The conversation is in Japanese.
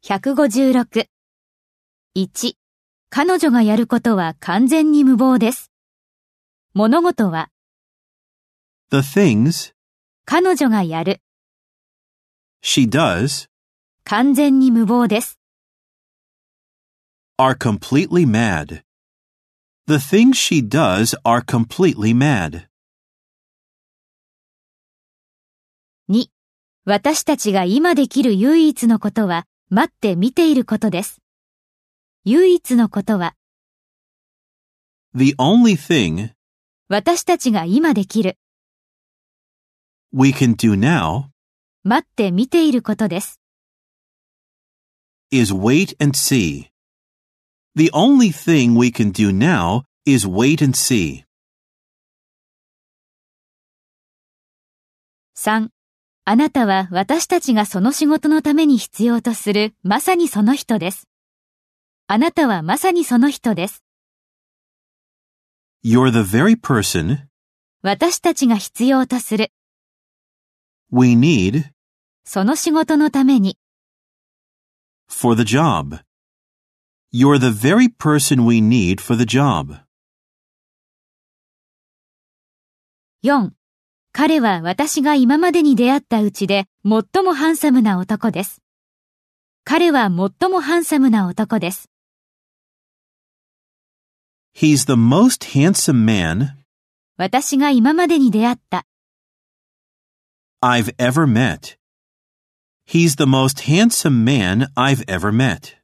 156。1. 彼女がやることは完全に無謀です。物事は The things 彼女がやる she does 完全に無謀です。 are completely mad. The things she does are completely mad. 2. 私たちが今できる唯一のことは待って見ていることです。唯一のことは The only thing 私たちが今できる we can do now 待って見ていることです。 is wait and see. The only thing we can do now is wait and see. 3. あなたは私たちがその仕事のために必要とするまさにその人です。あなたはまさにその人です。 You're the very person 私たちが必要とする、 we need その仕事のために、 for the job. You're the very person we need for the job. 4. 彼は私が今までに出会ったうちで最もハンサムな男です。彼は最もハンサムな男です。 He's the most handsome man 私が今までに出会った、 I've ever met. He's the most handsome man I've ever met.